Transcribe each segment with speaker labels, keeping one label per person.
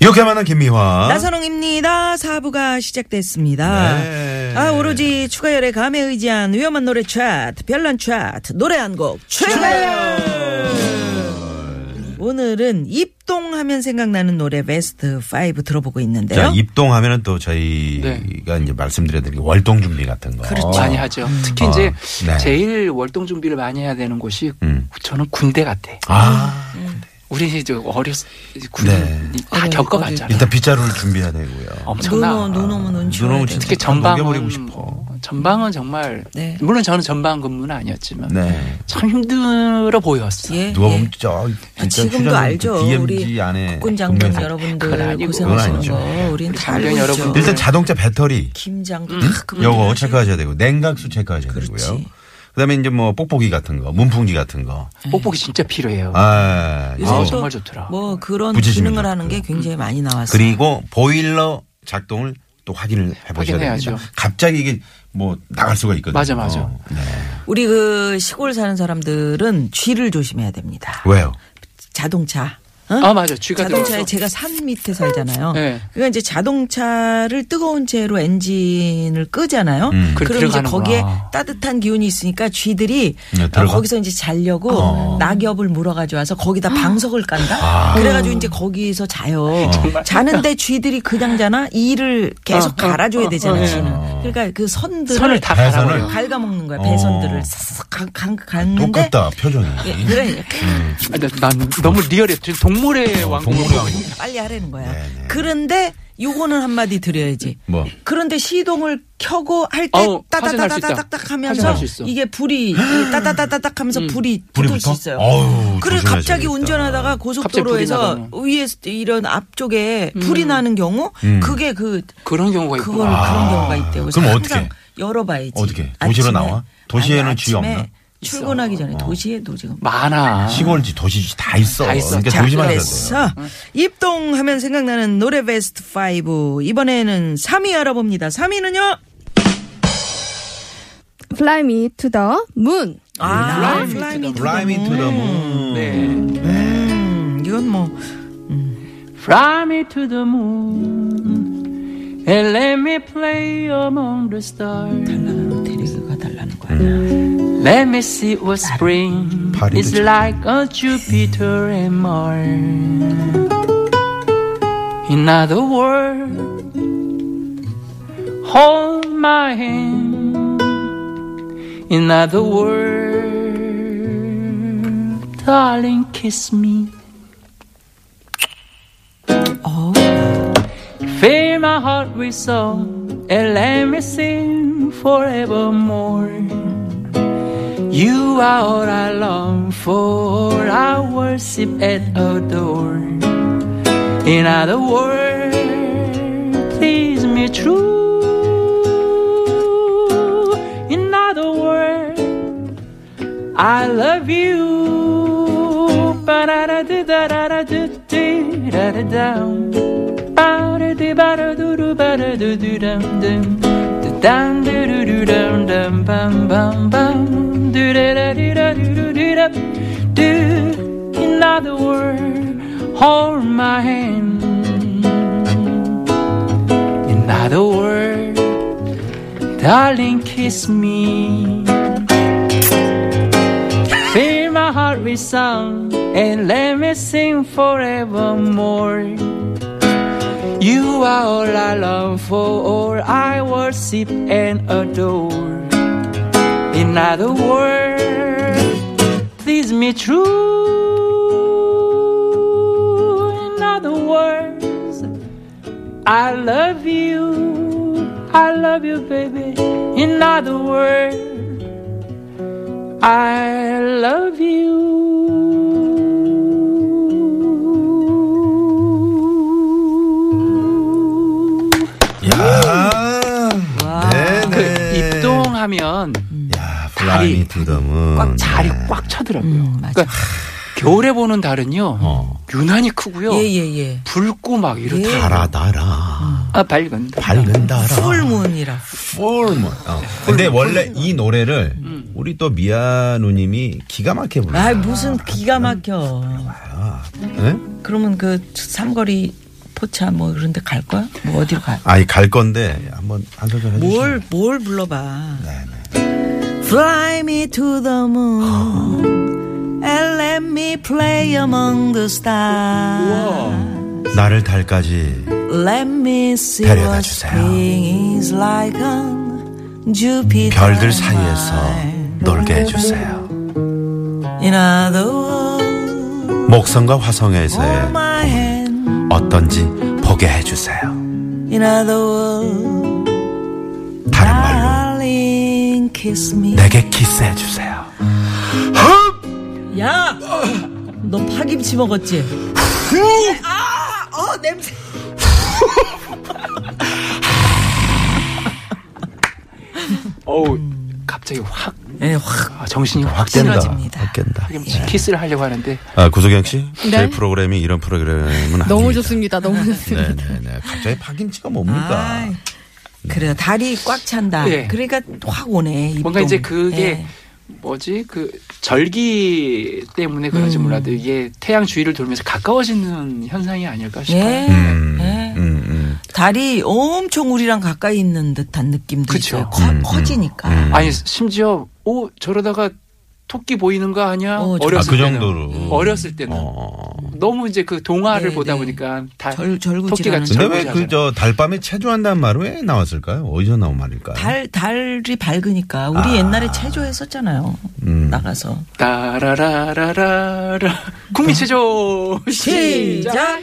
Speaker 1: 이렇게 만난 김미화.
Speaker 2: 나선홍입니다. 사부가 시작됐습니다.
Speaker 1: 네.
Speaker 2: 아 오로지 추가열의 감에 의지한 위험한 노래 차트, 별난 차트, 노래 한 곡 추가열. 오늘은 입동하면 생각나는 노래 베스트 5 들어보고
Speaker 1: 자,
Speaker 2: 있는데요.
Speaker 1: 입동하면은 또 저희가
Speaker 2: 네.
Speaker 1: 이제 말씀드려드린 월동 준비 같은 거.
Speaker 2: 그렇죠.
Speaker 3: 많이 하죠.
Speaker 2: 음.
Speaker 3: 특히
Speaker 1: 어,
Speaker 3: 이제
Speaker 1: 네.
Speaker 3: 제일 월동 준비를 많이 해야 되는 곳이
Speaker 1: 음.
Speaker 3: 저는 군대 같아.
Speaker 1: 아,
Speaker 3: 우리 이제 어렸 군대
Speaker 1: 네.
Speaker 3: 다 겪어봤잖아.
Speaker 1: 일단 빗자루를 준비해야
Speaker 2: 어.
Speaker 1: 되고요.
Speaker 3: 엄청나.
Speaker 2: 눈 오면 눈
Speaker 1: 눈
Speaker 2: 치워야
Speaker 1: 오면
Speaker 2: 돼.
Speaker 1: 진짜
Speaker 3: 특히 전방은
Speaker 1: 녹여버리고 싶어.
Speaker 3: 전방은 정말
Speaker 2: 네.
Speaker 3: 물론 저는 전방 근무는 아니었지만
Speaker 1: 네.
Speaker 3: 참 힘들어 보였어.
Speaker 2: 예,
Speaker 1: 누가
Speaker 2: 예.
Speaker 1: 보면 진짜
Speaker 2: 아,
Speaker 1: 진짜
Speaker 2: 지금도
Speaker 1: 휴전선
Speaker 2: 알죠.
Speaker 1: 그 DMZ
Speaker 2: 우리
Speaker 1: 안에
Speaker 2: 국군장병
Speaker 1: 보면서.
Speaker 3: 그건
Speaker 2: 여러분들 네.
Speaker 3: 아니고.
Speaker 2: 고생하시는
Speaker 1: 그건
Speaker 2: 거 우린
Speaker 3: 우리
Speaker 2: 다 알고 있죠.
Speaker 3: 장병 여러분들.
Speaker 1: 일단 자동차 배터리
Speaker 2: 김장도 다 그분들
Speaker 1: 음? 요거
Speaker 2: 하시고.
Speaker 1: 체크하셔야 되고 냉각수 체크하셔야 되고요.
Speaker 2: 그렇지.
Speaker 1: 그다음에 이제 뭐 뽁뽁이 같은 거, 문풍지 같은 거.
Speaker 3: 뽁뽁이 진짜 필요해요.
Speaker 1: 아,
Speaker 2: 요새
Speaker 3: 아우,
Speaker 1: 이거.
Speaker 2: 또
Speaker 3: 정말 좋더라.
Speaker 2: 뭐 그런
Speaker 1: 부지심이
Speaker 2: 기능을 하는
Speaker 1: 좋고요.
Speaker 2: 게 굉장히 많이
Speaker 1: 음.
Speaker 2: 나왔어요.
Speaker 1: 그리고 보일러 작동을 또 확인을 해보셔야
Speaker 3: 확인해야죠.
Speaker 1: 됩니다. 갑자기 이게 뭐 나갈 수가 있거든요.
Speaker 3: 맞아, 맞아.
Speaker 1: 어, 네.
Speaker 2: 우리 그 시골 사는 사람들은 쥐를 조심해야 됩니다.
Speaker 1: 왜요?
Speaker 2: 자동차. 어?
Speaker 3: 아 맞아. 쥐가
Speaker 2: 자동차에
Speaker 3: 들어서
Speaker 2: 제가 산 밑에 살잖아요.
Speaker 3: 네.
Speaker 2: 그러니까 이제 자동차를 뜨거운 채로 엔진을 끄잖아요.
Speaker 1: 음.
Speaker 3: 그래,
Speaker 2: 그럼 이제
Speaker 3: 들어가는구나.
Speaker 2: 거기에 따뜻한 기운이 있으니까 쥐들이
Speaker 1: 네,
Speaker 2: 어,
Speaker 1: 들어가?
Speaker 2: 거기서 이제 자려고
Speaker 1: 어.
Speaker 2: 낙엽을 물어 가져와서 거기다 방석을 깐다.
Speaker 1: 아.
Speaker 2: 그래가지고 이제 거기서
Speaker 3: 아,
Speaker 2: 자요. 자는데 쥐들이 그냥 자나 이를 계속
Speaker 3: 어,
Speaker 2: 갈아줘야
Speaker 3: 어,
Speaker 2: 되잖아요.
Speaker 3: 어, 예.
Speaker 2: 쥐는. 그러니까 그 선들을
Speaker 3: 선을 다
Speaker 1: 네, 배선을-
Speaker 3: 갈아버려.
Speaker 2: 갉아먹는 거야. 배선들을
Speaker 1: 어.
Speaker 2: 싹 강- 강- 갔는데
Speaker 1: 똑같다 표정이.
Speaker 2: 예, 그래
Speaker 3: 아, 나- 난 너무 리얼해. 지금 동물의
Speaker 1: 어,
Speaker 3: 왕국.
Speaker 1: 동물의 왕국.
Speaker 2: 빨리 하라는 거야.
Speaker 1: 네, 네.
Speaker 2: 그런데 요거는 한마디 드려야지.
Speaker 1: 뭐?
Speaker 2: 그런데 시동을 켜고 할 때
Speaker 3: 아우, 화재 날수 있다.
Speaker 2: 따다다다닥
Speaker 3: 화재
Speaker 2: 하면서
Speaker 3: 날수 있어. 음.
Speaker 2: 이게 불이 이 따다다다닥 하면서 불이
Speaker 1: 불이
Speaker 2: 붙을 수
Speaker 1: 붙어?
Speaker 2: 있어요.
Speaker 1: 어우,
Speaker 2: 그리고
Speaker 1: 조심해야
Speaker 2: 갑자기
Speaker 1: 되겠다.
Speaker 2: 운전하다가 고속도로에서
Speaker 3: 갑자기
Speaker 2: 위에 이런 앞쪽에 불이 나는 경우 그게 그
Speaker 3: 음. 그런 경우가 있고.
Speaker 2: 그걸 그런 경우가 있대요.
Speaker 1: 음. 아,
Speaker 2: 그래서
Speaker 1: 그럼
Speaker 2: 항상
Speaker 1: 어떻게?
Speaker 2: 열어봐야지.
Speaker 1: 어떻게? 도시로 나와? 도시에는 쥐 없나? 어.
Speaker 2: 아침에 출근하기 전에 도시에도 지금
Speaker 3: 많아.
Speaker 1: 시골지 도시지 다 있어.
Speaker 3: 다 있어.
Speaker 1: 그러니까
Speaker 2: 아, 자,
Speaker 1: 조심하셔야 돼요.
Speaker 2: 그래서 입동하면 생각나는 노래 베스트 5 이번에는 3위 알아봅니다. 3위는요.
Speaker 4: Fly me to the moon.
Speaker 2: 아,
Speaker 3: Fly Me to the
Speaker 1: Fly me to the moon.
Speaker 3: 네.
Speaker 2: 음, 이건 뭐
Speaker 3: Fly me to the moon and let me play among the stars.
Speaker 2: 데리고가 달라는 거 아니야.
Speaker 3: Let me see what spring
Speaker 1: 발음도
Speaker 3: is
Speaker 1: 참-
Speaker 3: like on Jupiter and Mars. In other words, hold my hand. In other words, darling, kiss me. Oh. Fill my heart with song and let me sing forevermore. You are all I long for, I worship and adore. In other words, please me true. In other words, I love you. Ba-da-da-da-da-da-da-da-da-da. In other words, hold my hand. In other words, darling, kiss me. Fill my heart with song and let me sing forevermore. You are all I long for, all I worship and adore. In other words, please me true. In other words, I love you. I love you, baby. In other words, I love you. 하면
Speaker 1: 야, 플라이
Speaker 3: 그 다리.
Speaker 1: 투덤은
Speaker 3: 꽉 자리 꽉 차더라고요.
Speaker 2: 음,
Speaker 3: 그러니까 겨울에 보는 달은요
Speaker 1: 어.
Speaker 3: 유난히 크고요.
Speaker 2: 예, 예, 예.
Speaker 3: 붉고 막 이렇다.
Speaker 1: 달아 달아
Speaker 3: 아 밝은.
Speaker 1: 밝은 달아.
Speaker 2: 풀문이라.
Speaker 1: 풀문. 어. 근데 원래 이 노래를 우리 또 미아누님이 기가 막히게 불렀어요.
Speaker 2: 아, 무슨 기가 막혀.
Speaker 1: 예?
Speaker 2: 그러면 그 삼거리 포차 뭐 그런 데 갈 거야? 뭐 어디로 가?
Speaker 1: 아니 갈 건데 한번 한 소절 해주시죠.
Speaker 2: 뭘, 뭘 불러봐.
Speaker 1: 네, 네.
Speaker 2: Fly me to the moon and let me play among the stars.
Speaker 1: 나를 달까지
Speaker 2: Let me see
Speaker 1: 데려다
Speaker 2: what
Speaker 1: 주세요.
Speaker 2: spring is like on Jupiter.
Speaker 1: 별들
Speaker 2: and
Speaker 1: 사이에서
Speaker 2: Mars.
Speaker 1: 놀게 해주세요.
Speaker 2: In other words,
Speaker 1: 목성과 화성에서의
Speaker 2: hold my hand.
Speaker 1: 어떤지 보게 해주세요.
Speaker 2: In other words,
Speaker 1: 다른 말로 네.
Speaker 2: darling, kiss me.
Speaker 1: 내게 키스해주세요.
Speaker 2: 야, 너 파김치 먹었지? 아, 어 냄새.
Speaker 3: 어우
Speaker 2: 음.
Speaker 3: 갑자기 확
Speaker 2: 예, 확.
Speaker 3: 아, 정신이 확
Speaker 1: 그러니까 확 깬다. 예.
Speaker 2: 싫어집니다.
Speaker 1: 확 깬다.
Speaker 3: 키스를 하려고 하는데
Speaker 1: 아, 구석영 씨? 저희
Speaker 4: 네?
Speaker 1: 프로그램이 이런 프로그램은 아닙니다. 네.
Speaker 4: 너무 좋습니다. 너무 좋습니다.
Speaker 1: 네네네. 갑자기 파김치가 뭡니까? 음,
Speaker 2: 아이, 그래요. 다리 꽉 찬다.
Speaker 3: 예.
Speaker 2: 그러니까 확 오네. 입동.
Speaker 3: 뭔가 이제 그게
Speaker 2: 예.
Speaker 3: 뭐지 그 절기 때문에 그런지
Speaker 2: 음.
Speaker 3: 몰라도 이게 태양 주위를 돌면서 가까워지는 현상이 아닐까
Speaker 2: 예.
Speaker 3: 싶어요.
Speaker 1: 음,
Speaker 2: 예.
Speaker 1: 음, 음.
Speaker 2: 다리 엄청 우리랑 가까이 있는 듯한 느낌도
Speaker 3: 그쵸.
Speaker 2: 있어요. 커,
Speaker 1: 음, 음.
Speaker 2: 커지니까.
Speaker 1: 음.
Speaker 3: 아니 심지어 오 저러다가 토끼 보이는가 하냐
Speaker 2: 어,
Speaker 3: 어렸을
Speaker 1: 아, 그
Speaker 3: 때는
Speaker 1: 정도로.
Speaker 3: 어렸을 때는
Speaker 1: 어.
Speaker 3: 너무 이제 그 동화를
Speaker 2: 네,
Speaker 3: 보다
Speaker 2: 네.
Speaker 3: 보니까 다
Speaker 2: 절- 절구질하는
Speaker 3: 토끼가
Speaker 2: 거.
Speaker 1: 근데 왜 그 저 달밤에 체조한다는 말은 왜 나왔을까요? 어디서 나온 말일까요?
Speaker 2: 달 달이 밝으니까 우리
Speaker 1: 아.
Speaker 2: 옛날에 체조했었잖아요.
Speaker 1: 음.
Speaker 2: 나가서
Speaker 3: 따라라라라라 국민체조 시작.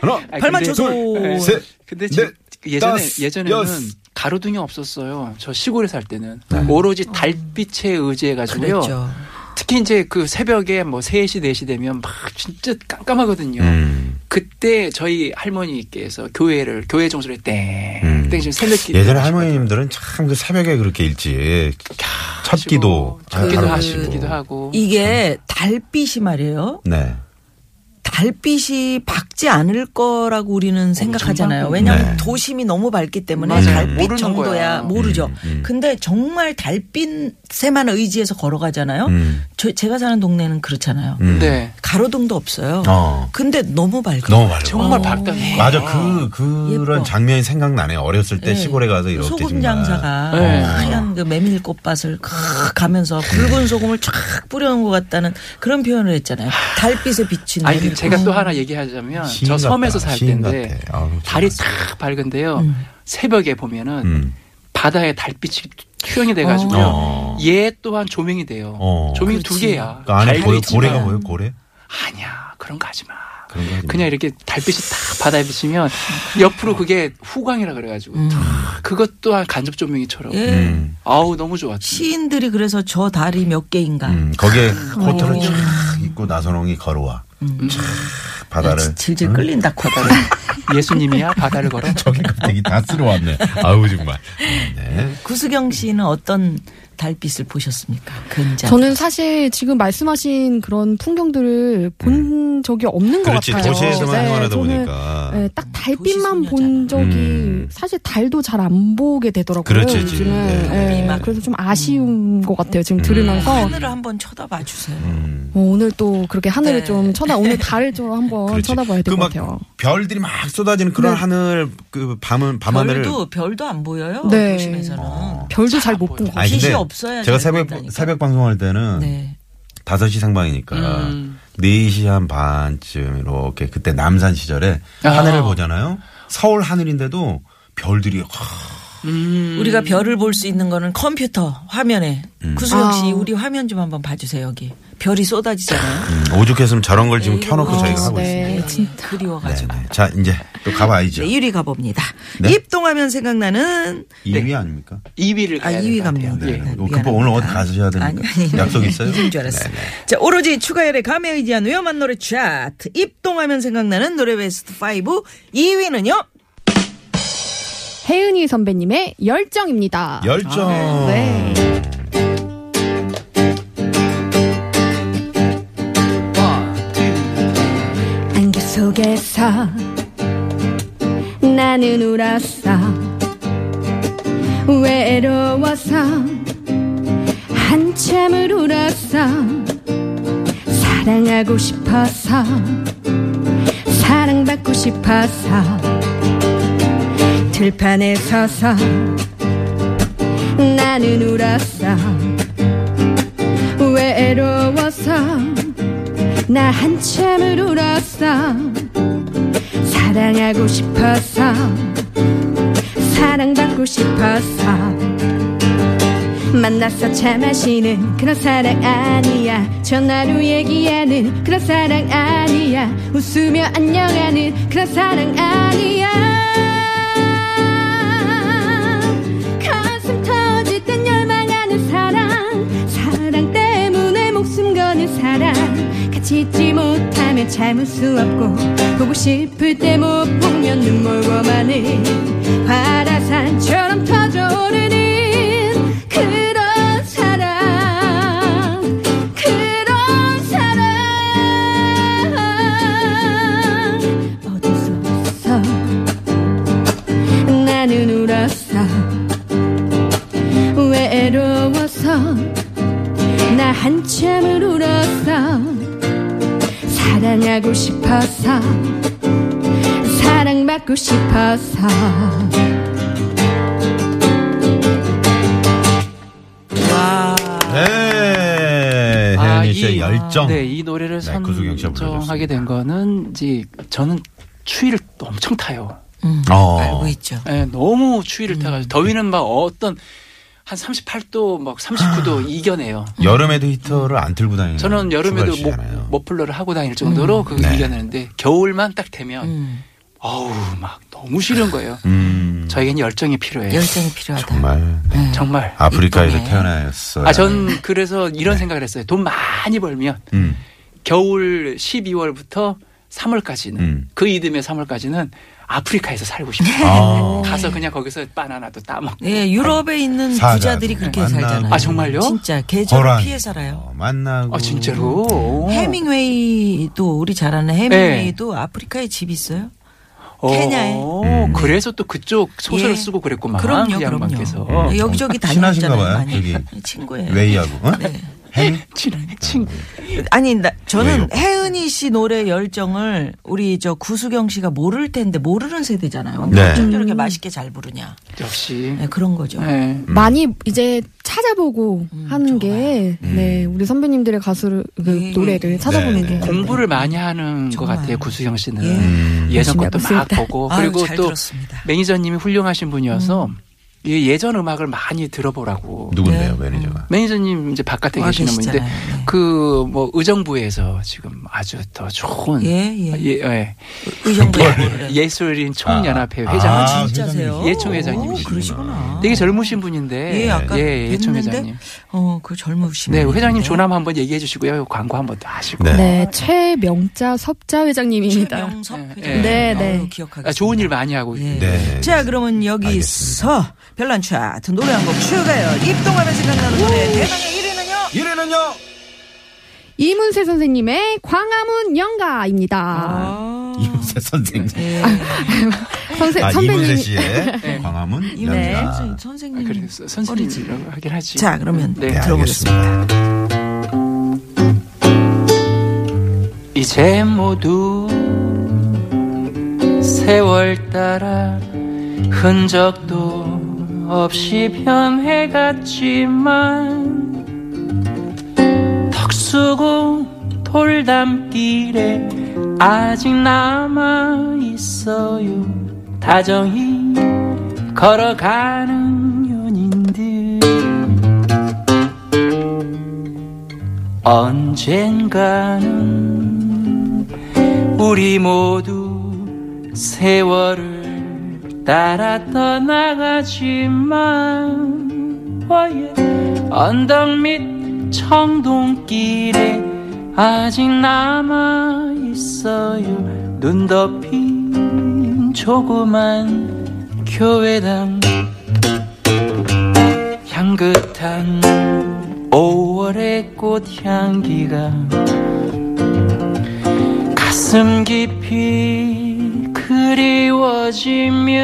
Speaker 1: 하나,
Speaker 3: 아니,
Speaker 2: 발만
Speaker 3: 근데-
Speaker 2: 쳐서.
Speaker 3: 네.
Speaker 1: 셋,
Speaker 3: 근데 제-
Speaker 1: 넷,
Speaker 3: 예전에
Speaker 1: 다섯,
Speaker 3: 예전에는
Speaker 1: 여섯. 네.
Speaker 3: 가로등이 없었어요. 저 시골에 살 때는 오로지 달빛에 의지해 가지고요.
Speaker 2: 그랬죠.
Speaker 3: 특히 이제 그 새벽에 뭐 3시 4시 되면 막 진짜 깜깜하거든요.
Speaker 1: 음.
Speaker 3: 그때 저희 할머니께서 교회를 교회 종소리 땡땡
Speaker 1: 음.
Speaker 3: 지금 새벽기
Speaker 1: 예전에 할머님들은 참 그 새벽에 그렇게 일찍 첫 기도
Speaker 3: 첫 기도
Speaker 1: 하러
Speaker 3: 하시고
Speaker 1: 가시고.
Speaker 3: 기도 하고
Speaker 2: 이게 달빛이 말이에요.
Speaker 1: 네.
Speaker 2: 달빛이 밝지 않을 거라고 우리는 생각하잖아요.
Speaker 1: 네.
Speaker 2: 왜냐하면 도심이 너무 밝기 때문에
Speaker 3: 맞아요.
Speaker 2: 달빛
Speaker 3: 모르는
Speaker 2: 정도야
Speaker 3: 거야.
Speaker 2: 모르죠.
Speaker 1: 음, 음.
Speaker 2: 근데 정말 달빛에만 의지해서 걸어가잖아요.
Speaker 1: 음.
Speaker 2: 저- 제가 사는 동네는 그렇잖아요.
Speaker 1: 음.
Speaker 3: 네.
Speaker 2: 가로등도 없어요.
Speaker 1: 어.
Speaker 2: 근데 너무 밝아.
Speaker 1: 너무 밝아.
Speaker 2: 어.
Speaker 3: 정말 밝다.
Speaker 4: 네.
Speaker 1: 맞아 그 그런
Speaker 2: 예뻐.
Speaker 1: 장면이 생각나네요. 어렸을 때
Speaker 2: 예.
Speaker 1: 시골에 가서 이렇게 아.
Speaker 2: 소금
Speaker 1: 정말.
Speaker 2: 장사가
Speaker 3: 네.
Speaker 2: 하얀 그 메밀 꽃밭을 크 가면서 굵은 소금을 쫙 뿌려놓은 것 같다는 그런 표현을 했잖아요. 달빛에 비친
Speaker 3: 아니
Speaker 2: 메밀
Speaker 3: 근데 제가
Speaker 2: 꽃.
Speaker 3: 또 하나 얘기하자면
Speaker 1: 시인
Speaker 3: 저
Speaker 1: 같다.
Speaker 3: 섬에서 살
Speaker 1: 시인
Speaker 3: 때인데
Speaker 1: 같아. 아우,
Speaker 3: 달이
Speaker 1: 진짜.
Speaker 3: 딱 밝은데요. 새벽에 보면은
Speaker 1: 음.
Speaker 3: 바다에 달빛이 투영이 돼가지고요.
Speaker 1: 어.
Speaker 3: 얘 또한 조명이 돼요.
Speaker 1: 어.
Speaker 3: 조명이 두
Speaker 2: 그렇지.
Speaker 3: 개야.
Speaker 1: 그 안에 고,
Speaker 3: 달빛이지만.
Speaker 1: 고래가 뭐예요? 고래?
Speaker 3: 아니야 그런 거 하지 마.
Speaker 1: 그런 거 하지 마.
Speaker 3: 그냥 이렇게 달빛이 딱 바다에 비치면 옆으로 그게 후광이라 그래가지고 탁 그것 또한 간접 조명이처럼.
Speaker 2: 예.
Speaker 1: 음.
Speaker 3: 아우 너무 좋았다.
Speaker 2: 시인들이 그래서 저 달이 몇 개인가.
Speaker 1: 음. 거기에
Speaker 4: 네.
Speaker 1: 코트를 쫙 입고 나선홍이 걸어와.
Speaker 4: 음.
Speaker 1: 쫙
Speaker 4: 아,
Speaker 1: 바다를.
Speaker 2: 질질 끌린다 코다를.
Speaker 3: 예수님이야 바다를 걸어.
Speaker 1: 저기 갑자기 다 쓸어왔네. 아우 정말.
Speaker 4: 음,
Speaker 1: 네.
Speaker 2: 구수경 씨는 어떤 달빛을 보셨습니까?
Speaker 1: 네.
Speaker 2: 근자.
Speaker 4: 저는 사실 지금 말씀하신 그런 풍경들을 본 적이 없는 것
Speaker 1: 음. 그렇지
Speaker 4: 같아요.
Speaker 1: 도시에서만
Speaker 4: 네,
Speaker 1: 생활하다
Speaker 4: 저는,
Speaker 1: 보니까. 아.
Speaker 4: 네, 딱 달빛만
Speaker 2: 도시소녀잖아.
Speaker 4: 본 적이
Speaker 1: 음.
Speaker 4: 사실 달도 잘 안 보게 되더라고요.
Speaker 1: 그렇지,
Speaker 4: 요즘은
Speaker 1: 지금. 네.
Speaker 4: 네,
Speaker 2: 미막. 음.
Speaker 4: 그래서 좀 아쉬운 것 같아요. 지금 들으면서
Speaker 2: 어. 하늘을 한번 쳐다봐 주세요.
Speaker 1: 음.
Speaker 4: 어, 오늘 또 그렇게 하늘을
Speaker 2: 네.
Speaker 4: 좀 쳐다 오늘 달을 좀 한번
Speaker 1: 그렇지.
Speaker 4: 쳐다봐야 될
Speaker 1: 그
Speaker 4: 것
Speaker 1: 막
Speaker 4: 같아요. 네.
Speaker 1: 별들이 막 쏟아지는 그런 하늘 그 밤은 밤하늘을
Speaker 2: 별도 별도 안 보여요.
Speaker 4: 네.
Speaker 2: 도심에서는.
Speaker 1: 어.
Speaker 4: 별도 잘 못 본 것 같아요.
Speaker 1: 아니, 근데
Speaker 2: 빛이 없어야
Speaker 1: 제가
Speaker 2: 잘
Speaker 1: 새벽
Speaker 2: 된다니까.
Speaker 1: 새벽 방송할 때는
Speaker 2: 네.
Speaker 1: 5시 상방이니까
Speaker 3: 음.
Speaker 1: 4시 한 반쯤 이렇게 그때 남산 시절에
Speaker 3: 아.
Speaker 1: 하늘을 보잖아요. 서울 하늘인데도 별들이 확
Speaker 3: 음.
Speaker 2: 우리가 별을 볼 수 있는 거는 컴퓨터 화면에.
Speaker 1: 음.
Speaker 2: 구수경 씨 우리 화면 좀 한번 봐주세요 여기. 별이 쏟아지잖아요.
Speaker 1: 오죽했으면 저런 걸 지금 켜놓고
Speaker 4: 아,
Speaker 1: 저희가 하고
Speaker 4: 네.
Speaker 1: 있습니다.
Speaker 2: 진짜 그리워가지고.
Speaker 1: 네. 자 이제 또 가봐야죠.
Speaker 2: 네, 1위 가봅니다.
Speaker 1: 네?
Speaker 2: 입동하면 생각나는
Speaker 1: 2위 아닙니까?
Speaker 3: 2위를
Speaker 2: 아,
Speaker 3: 가야
Speaker 2: 2위
Speaker 3: 될것
Speaker 2: 갑니다.
Speaker 3: 같아요.
Speaker 1: 네.
Speaker 3: 예.
Speaker 1: 어, 그거 오늘 어디 가셔야 됩니까? 약속 있어요?
Speaker 2: 이줄 알았어.
Speaker 1: 네,
Speaker 2: 자, 오로지 추가열의 감에 의지한 위험한 노래 차트. 입동하면 생각나는 노래 베스트 5. 2위는요?
Speaker 4: 혜은이 선배님의 열정입니다.
Speaker 1: 열정.
Speaker 4: 네. 안개 속에서 나는 울었어 외로워서 한참을 울었어 사랑하고 싶어서 사랑받고 싶어서 들판에 서서 나는 울었어 외로워서 나 한참을 울었어 사랑하고 싶어서 사랑받고 싶어서 만났어 차 마시는 그런 사랑 아니야 전화로 얘기하는 그런 사랑 아니야 웃으며 안녕하는 그런 사랑 아니야 가슴 터질 땐 열망하는 사랑 사랑 때문에 목숨 거는 사랑 같이 있지 못하면 참을 수 없고 보고 싶을 때 못 보면 눈물 고마는 화라산처럼 터져오르는 그런 사랑 그런 사랑 어디서 나는 울었어 외로워서 나 한참을 울었어 사랑하고 싶어서 사랑받고 싶어서
Speaker 1: 네.
Speaker 3: 아,
Speaker 1: 혜연이 씨의
Speaker 3: 이-
Speaker 1: 열정.
Speaker 3: 네, 이 노래를
Speaker 1: 네, 구속영 씨가 불러줬습니다.
Speaker 3: 선정하게 된 거는 이제 저는 추위를 또 엄청 타요.
Speaker 1: 어.
Speaker 2: 알고 있죠.
Speaker 3: 예, 너무 추위를 타가지고 더위는 막 어떤 한 38도 막
Speaker 1: 아.
Speaker 3: 39도 이겨내요.
Speaker 1: 여름에도 히터를 안 틀고 다니는.
Speaker 3: 저는 여름에도
Speaker 1: 출발시지
Speaker 3: 모,
Speaker 1: 음, 않아요.
Speaker 3: 머플러를 하고 다닐 정도로 그걸
Speaker 1: 네.
Speaker 3: 이겨내는데 겨울만 딱 되면
Speaker 2: 음,
Speaker 3: 어우 막 너무 싫은 거예요.
Speaker 1: 음,
Speaker 3: 저에겐 열정이 필요해요.
Speaker 2: 열정이 필요하다.
Speaker 1: 정말 네.
Speaker 2: 네.
Speaker 3: 정말.
Speaker 1: 아프리카에서
Speaker 2: 이쁘네.
Speaker 1: 태어났어요.
Speaker 3: 아, 전 그래서 이런 생각을 했어요. 돈 많이 벌면
Speaker 1: 네. 음.
Speaker 3: 겨울 12월부터 3월까지는
Speaker 1: 음.
Speaker 3: 그 이듬해 3월까지는 아프리카에서 살고
Speaker 1: 아.
Speaker 3: 싶어요. 가서 그냥 거기서 바나나도 따먹고.
Speaker 2: 예, 유럽에 있는
Speaker 1: 사자,
Speaker 2: 부자들이 그렇게
Speaker 1: 만나고.
Speaker 2: 살잖아요.
Speaker 3: 아, 정말요?
Speaker 2: 진짜 계절
Speaker 1: 거란.
Speaker 2: 피해 살아요.
Speaker 1: 어, 만나고.
Speaker 3: 아 진짜로.
Speaker 2: 해밍웨이도 우리 잘
Speaker 3: 네.
Speaker 2: 아는 해밍웨이도 아프리카에 집 있어요.
Speaker 3: 어,
Speaker 2: 케냐에.
Speaker 3: 음. 그래서 또 그쪽 소설을
Speaker 2: 예.
Speaker 3: 쓰고 그랬구만.
Speaker 2: 그럼요, 예.
Speaker 3: 이 양반께서. 어.
Speaker 2: 그럼요. 여기저기
Speaker 1: 친하신가
Speaker 2: 다녔잖아요.
Speaker 1: 봐요,
Speaker 2: 많이.
Speaker 1: 여기.
Speaker 2: 친구예요.
Speaker 1: 웨이하고. 어?
Speaker 2: 네.
Speaker 1: 혜민?
Speaker 3: 친한 친구.
Speaker 2: 아니 나, 저는
Speaker 1: 왜요?
Speaker 2: 혜은이 씨 노래 열정을 우리 저 구수경 씨가 모를 텐데 모르는 세대잖아요.
Speaker 1: 네.
Speaker 2: 어쩜 저렇게 맛있게 잘 부르냐.
Speaker 3: 아, 역시.
Speaker 2: 네, 그런 거죠.
Speaker 3: 네.
Speaker 1: 음.
Speaker 4: 많이 이제 찾아보고
Speaker 2: 음,
Speaker 4: 하는 게 네, 우리 선배님들의 가수를 그
Speaker 2: 예,
Speaker 4: 노래를 찾아보는
Speaker 1: 음. 네,
Speaker 4: 게
Speaker 1: 네.
Speaker 3: 공부를 많이 하는
Speaker 2: 정말.
Speaker 3: 것 같아요. 구수영 씨는
Speaker 2: 예.
Speaker 1: 음.
Speaker 3: 예. 전 것도
Speaker 4: 열심히
Speaker 3: 막 보고
Speaker 2: 아유,
Speaker 3: 그리고
Speaker 2: 잘
Speaker 3: 또
Speaker 2: 들었습니다.
Speaker 3: 매니저님이 훌륭하신 분이어서
Speaker 2: 음.
Speaker 3: 이 예전 음악을 많이 들어보라고.
Speaker 1: 누군데요,
Speaker 3: 음.
Speaker 1: 매니저가?
Speaker 3: 매니저님 이제 바깥에
Speaker 2: 와
Speaker 3: 계시는 분인데
Speaker 2: 계시잖아요. 네.
Speaker 3: 그 뭐 의정부에서 지금 아주 더 좋은
Speaker 2: 예, 예.
Speaker 3: 예,
Speaker 2: 의정부
Speaker 3: 술인 총연합회 회장.
Speaker 1: 아,
Speaker 2: 아, 진짜세요?
Speaker 1: 회장님.
Speaker 3: 예총 회장님이시구나.
Speaker 2: 오, 그러시구나.
Speaker 3: 되게 젊으신 분인데
Speaker 2: 예, 아까
Speaker 3: 예, 예총
Speaker 2: 뵀는데
Speaker 3: 회장님.
Speaker 2: 어, 그 젊으신
Speaker 3: 네,
Speaker 2: 분인데.
Speaker 3: 회장님 조남 한번 얘기해 주시고요. 광고 한번 더 하시고.
Speaker 1: 네.
Speaker 4: 네, 최명자 섭자 회장님입니다.
Speaker 2: 최명섭
Speaker 3: 예,
Speaker 2: 회장님.
Speaker 4: 네, 네.
Speaker 2: 아유, 기억하겠습니다.
Speaker 3: 아, 좋은 일 많이 하고
Speaker 2: 예.
Speaker 1: 네.
Speaker 2: 자, 그러면 여기서 별난 차트 노래 한 곡 추가요. 입동하면 생각나는 노래 대망의 1위는요.
Speaker 1: 이래는요?
Speaker 4: 이문세 선생님의 광화문 영가입니다.
Speaker 2: 아.
Speaker 1: 이문세 선생님.
Speaker 4: 선생,
Speaker 1: 아,
Speaker 4: 선배님
Speaker 1: 이문세 씨의 광화문
Speaker 2: 네.
Speaker 1: 연가.
Speaker 2: 선생님.
Speaker 3: 아, 그래서 선생님이라고 하긴
Speaker 2: 음,
Speaker 3: 하지.
Speaker 2: 자, 그러면
Speaker 3: 네.
Speaker 1: 네,
Speaker 2: 들어보겠습니다.
Speaker 1: 알겠습니다.
Speaker 3: 이제 모두 세월 따라 흔적도 없이 변해갔지만 턱수고 돌담길에 아직 남아 있어요 다정히 걸어가는 연인들 언젠가는 우리 모두 세월을 따라 떠나가지만 와예. 언덕 밑 청동길에 아직 남아 있어요 눈 덮인 조그만 교회당 향긋한 5월의 꽃향기가 가슴 깊이 그리워지면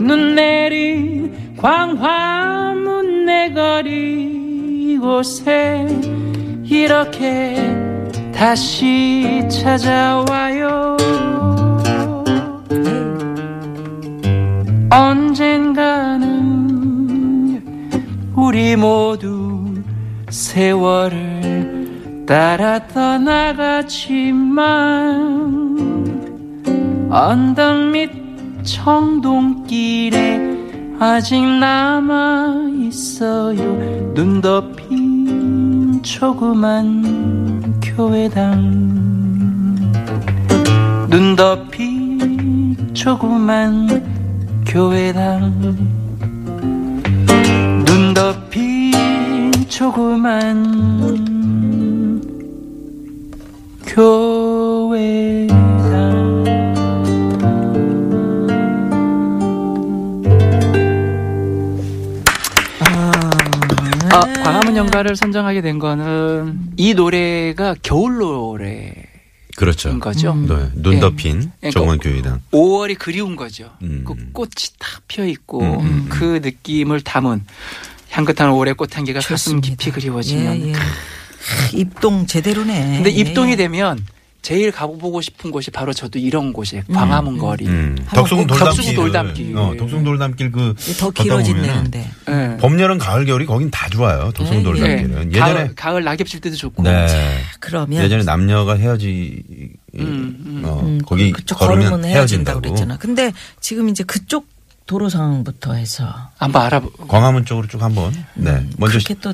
Speaker 3: 눈 내린 광화문 내거리 이곳에 이렇게 다시 찾아와요 언젠가는 우리 모두 세월을 따라 떠나갔지만 언덕 밑 청동길에 아직 남아 있어요 눈 덮인 조그만 교회당 눈 덮인 조그만 교회당 눈 덮인 조그만 교회당 아, 광화문 연가를 선정하게 된 거는 이 노래가 겨울 노래인
Speaker 1: 그렇죠.
Speaker 3: 거죠.
Speaker 1: 네, 눈
Speaker 3: 예.
Speaker 1: 덮인
Speaker 3: 그러니까
Speaker 1: 정원 교회당.
Speaker 3: 5월이 그리운 거죠.
Speaker 1: 음.
Speaker 3: 그 꽃이 다 피어 있고
Speaker 1: 음, 음,
Speaker 3: 그 느낌을 담은 향긋한 5월의 꽃향기가 가슴 깊이 그리워지면.
Speaker 2: 예, 예. 크, 입동 제대로네.
Speaker 3: 근데
Speaker 2: 예,
Speaker 3: 입동이
Speaker 2: 예.
Speaker 3: 되면 제일 가보고 싶은 곳이 바로 저도 이런 곳이에요. 광화문 거리.
Speaker 1: 음.
Speaker 2: 한번
Speaker 1: 덕숭
Speaker 2: 꼭- 네,
Speaker 1: 돌담길.
Speaker 3: 덕숭 돌담길.
Speaker 1: 어, 덕숭 돌담길 그.
Speaker 2: 예. 더
Speaker 1: 걷다 보면은
Speaker 2: 길어진다는데.
Speaker 3: 예.
Speaker 1: 봄, 여름, 가을, 겨울이 거긴 다 좋아요. 덕숭
Speaker 3: 예.
Speaker 1: 돌담길은. 예전에.
Speaker 3: 가을, 가을 낙엽 질 때도 좋고.
Speaker 1: 네.
Speaker 2: 그러면
Speaker 1: 예전에 남녀가 헤어지
Speaker 3: 음,
Speaker 1: 어,
Speaker 2: 음,
Speaker 1: 거기
Speaker 2: 그쪽
Speaker 1: 걸으면
Speaker 2: 걸으면 헤어진다고
Speaker 1: 헤어진다고
Speaker 2: 그랬잖아. 근데 지금 이제 그쪽 도로 상황부터 해서
Speaker 3: 한번 알아보.
Speaker 1: 광화문 쪽으로 쭉 한번 네 먼저
Speaker 2: 음, 그렇게 또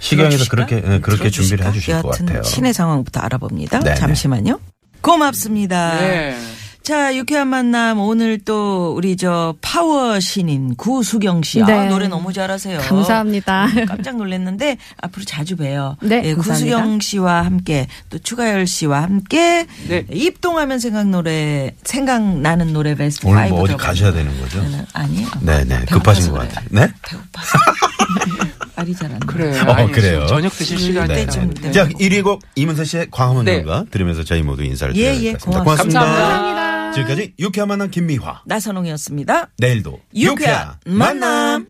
Speaker 1: 시경에서
Speaker 2: 들어주실까?
Speaker 1: 그렇게 네, 그렇게 준비를
Speaker 2: 들어주실까?
Speaker 1: 해주실 것
Speaker 2: 여하튼
Speaker 1: 같아요.
Speaker 2: 시내 상황부터 알아봅니다.
Speaker 1: 네네.
Speaker 2: 잠시만요. 고맙습니다.
Speaker 4: 네.
Speaker 3: 예.
Speaker 2: 자, 유쾌한 만남 오늘 또 우리 저 파워 신인 구수경 씨. 아,
Speaker 4: 네.
Speaker 2: 노래 너무 잘하세요.
Speaker 4: 감사합니다.
Speaker 2: 깜짝 놀랐는데 앞으로 자주 봬요.
Speaker 4: 네,
Speaker 2: 예,
Speaker 4: 감사합니다.
Speaker 2: 구수경 씨와 함께 또 추가열 씨와 함께
Speaker 3: 네.
Speaker 2: 입동하면 생각 노래 생각나는 노래 베스트
Speaker 1: 오늘
Speaker 2: 5
Speaker 1: 뭐 어디
Speaker 2: 들어가요.
Speaker 1: 가셔야 되는 거죠?
Speaker 2: 네. 아니요.
Speaker 1: 네네
Speaker 2: 배고파서
Speaker 1: 급하신 것
Speaker 2: 그래요.
Speaker 1: 같아요. 네.
Speaker 2: 배고파서 말이 잘 안 나.
Speaker 3: 그래요.
Speaker 1: 어,
Speaker 3: 아니,
Speaker 1: 그래요?
Speaker 3: 저녁
Speaker 2: 음,
Speaker 3: 드실 시간이
Speaker 1: 네.
Speaker 2: 때쯤
Speaker 3: 네.
Speaker 2: 되면.
Speaker 1: 자 1위 곡 이문세 씨의 광화문
Speaker 3: 네.
Speaker 1: 연가 들으면서 저희 모두 인사를
Speaker 2: 예,
Speaker 1: 드려야
Speaker 2: 예,
Speaker 1: 겠습니다
Speaker 2: 고맙습니다.
Speaker 3: 감사합니다.
Speaker 1: 지금까지 유쾌한 만남 김미화
Speaker 2: 나선홍이었습니다.
Speaker 1: 내일도
Speaker 2: 유쾌한 만남.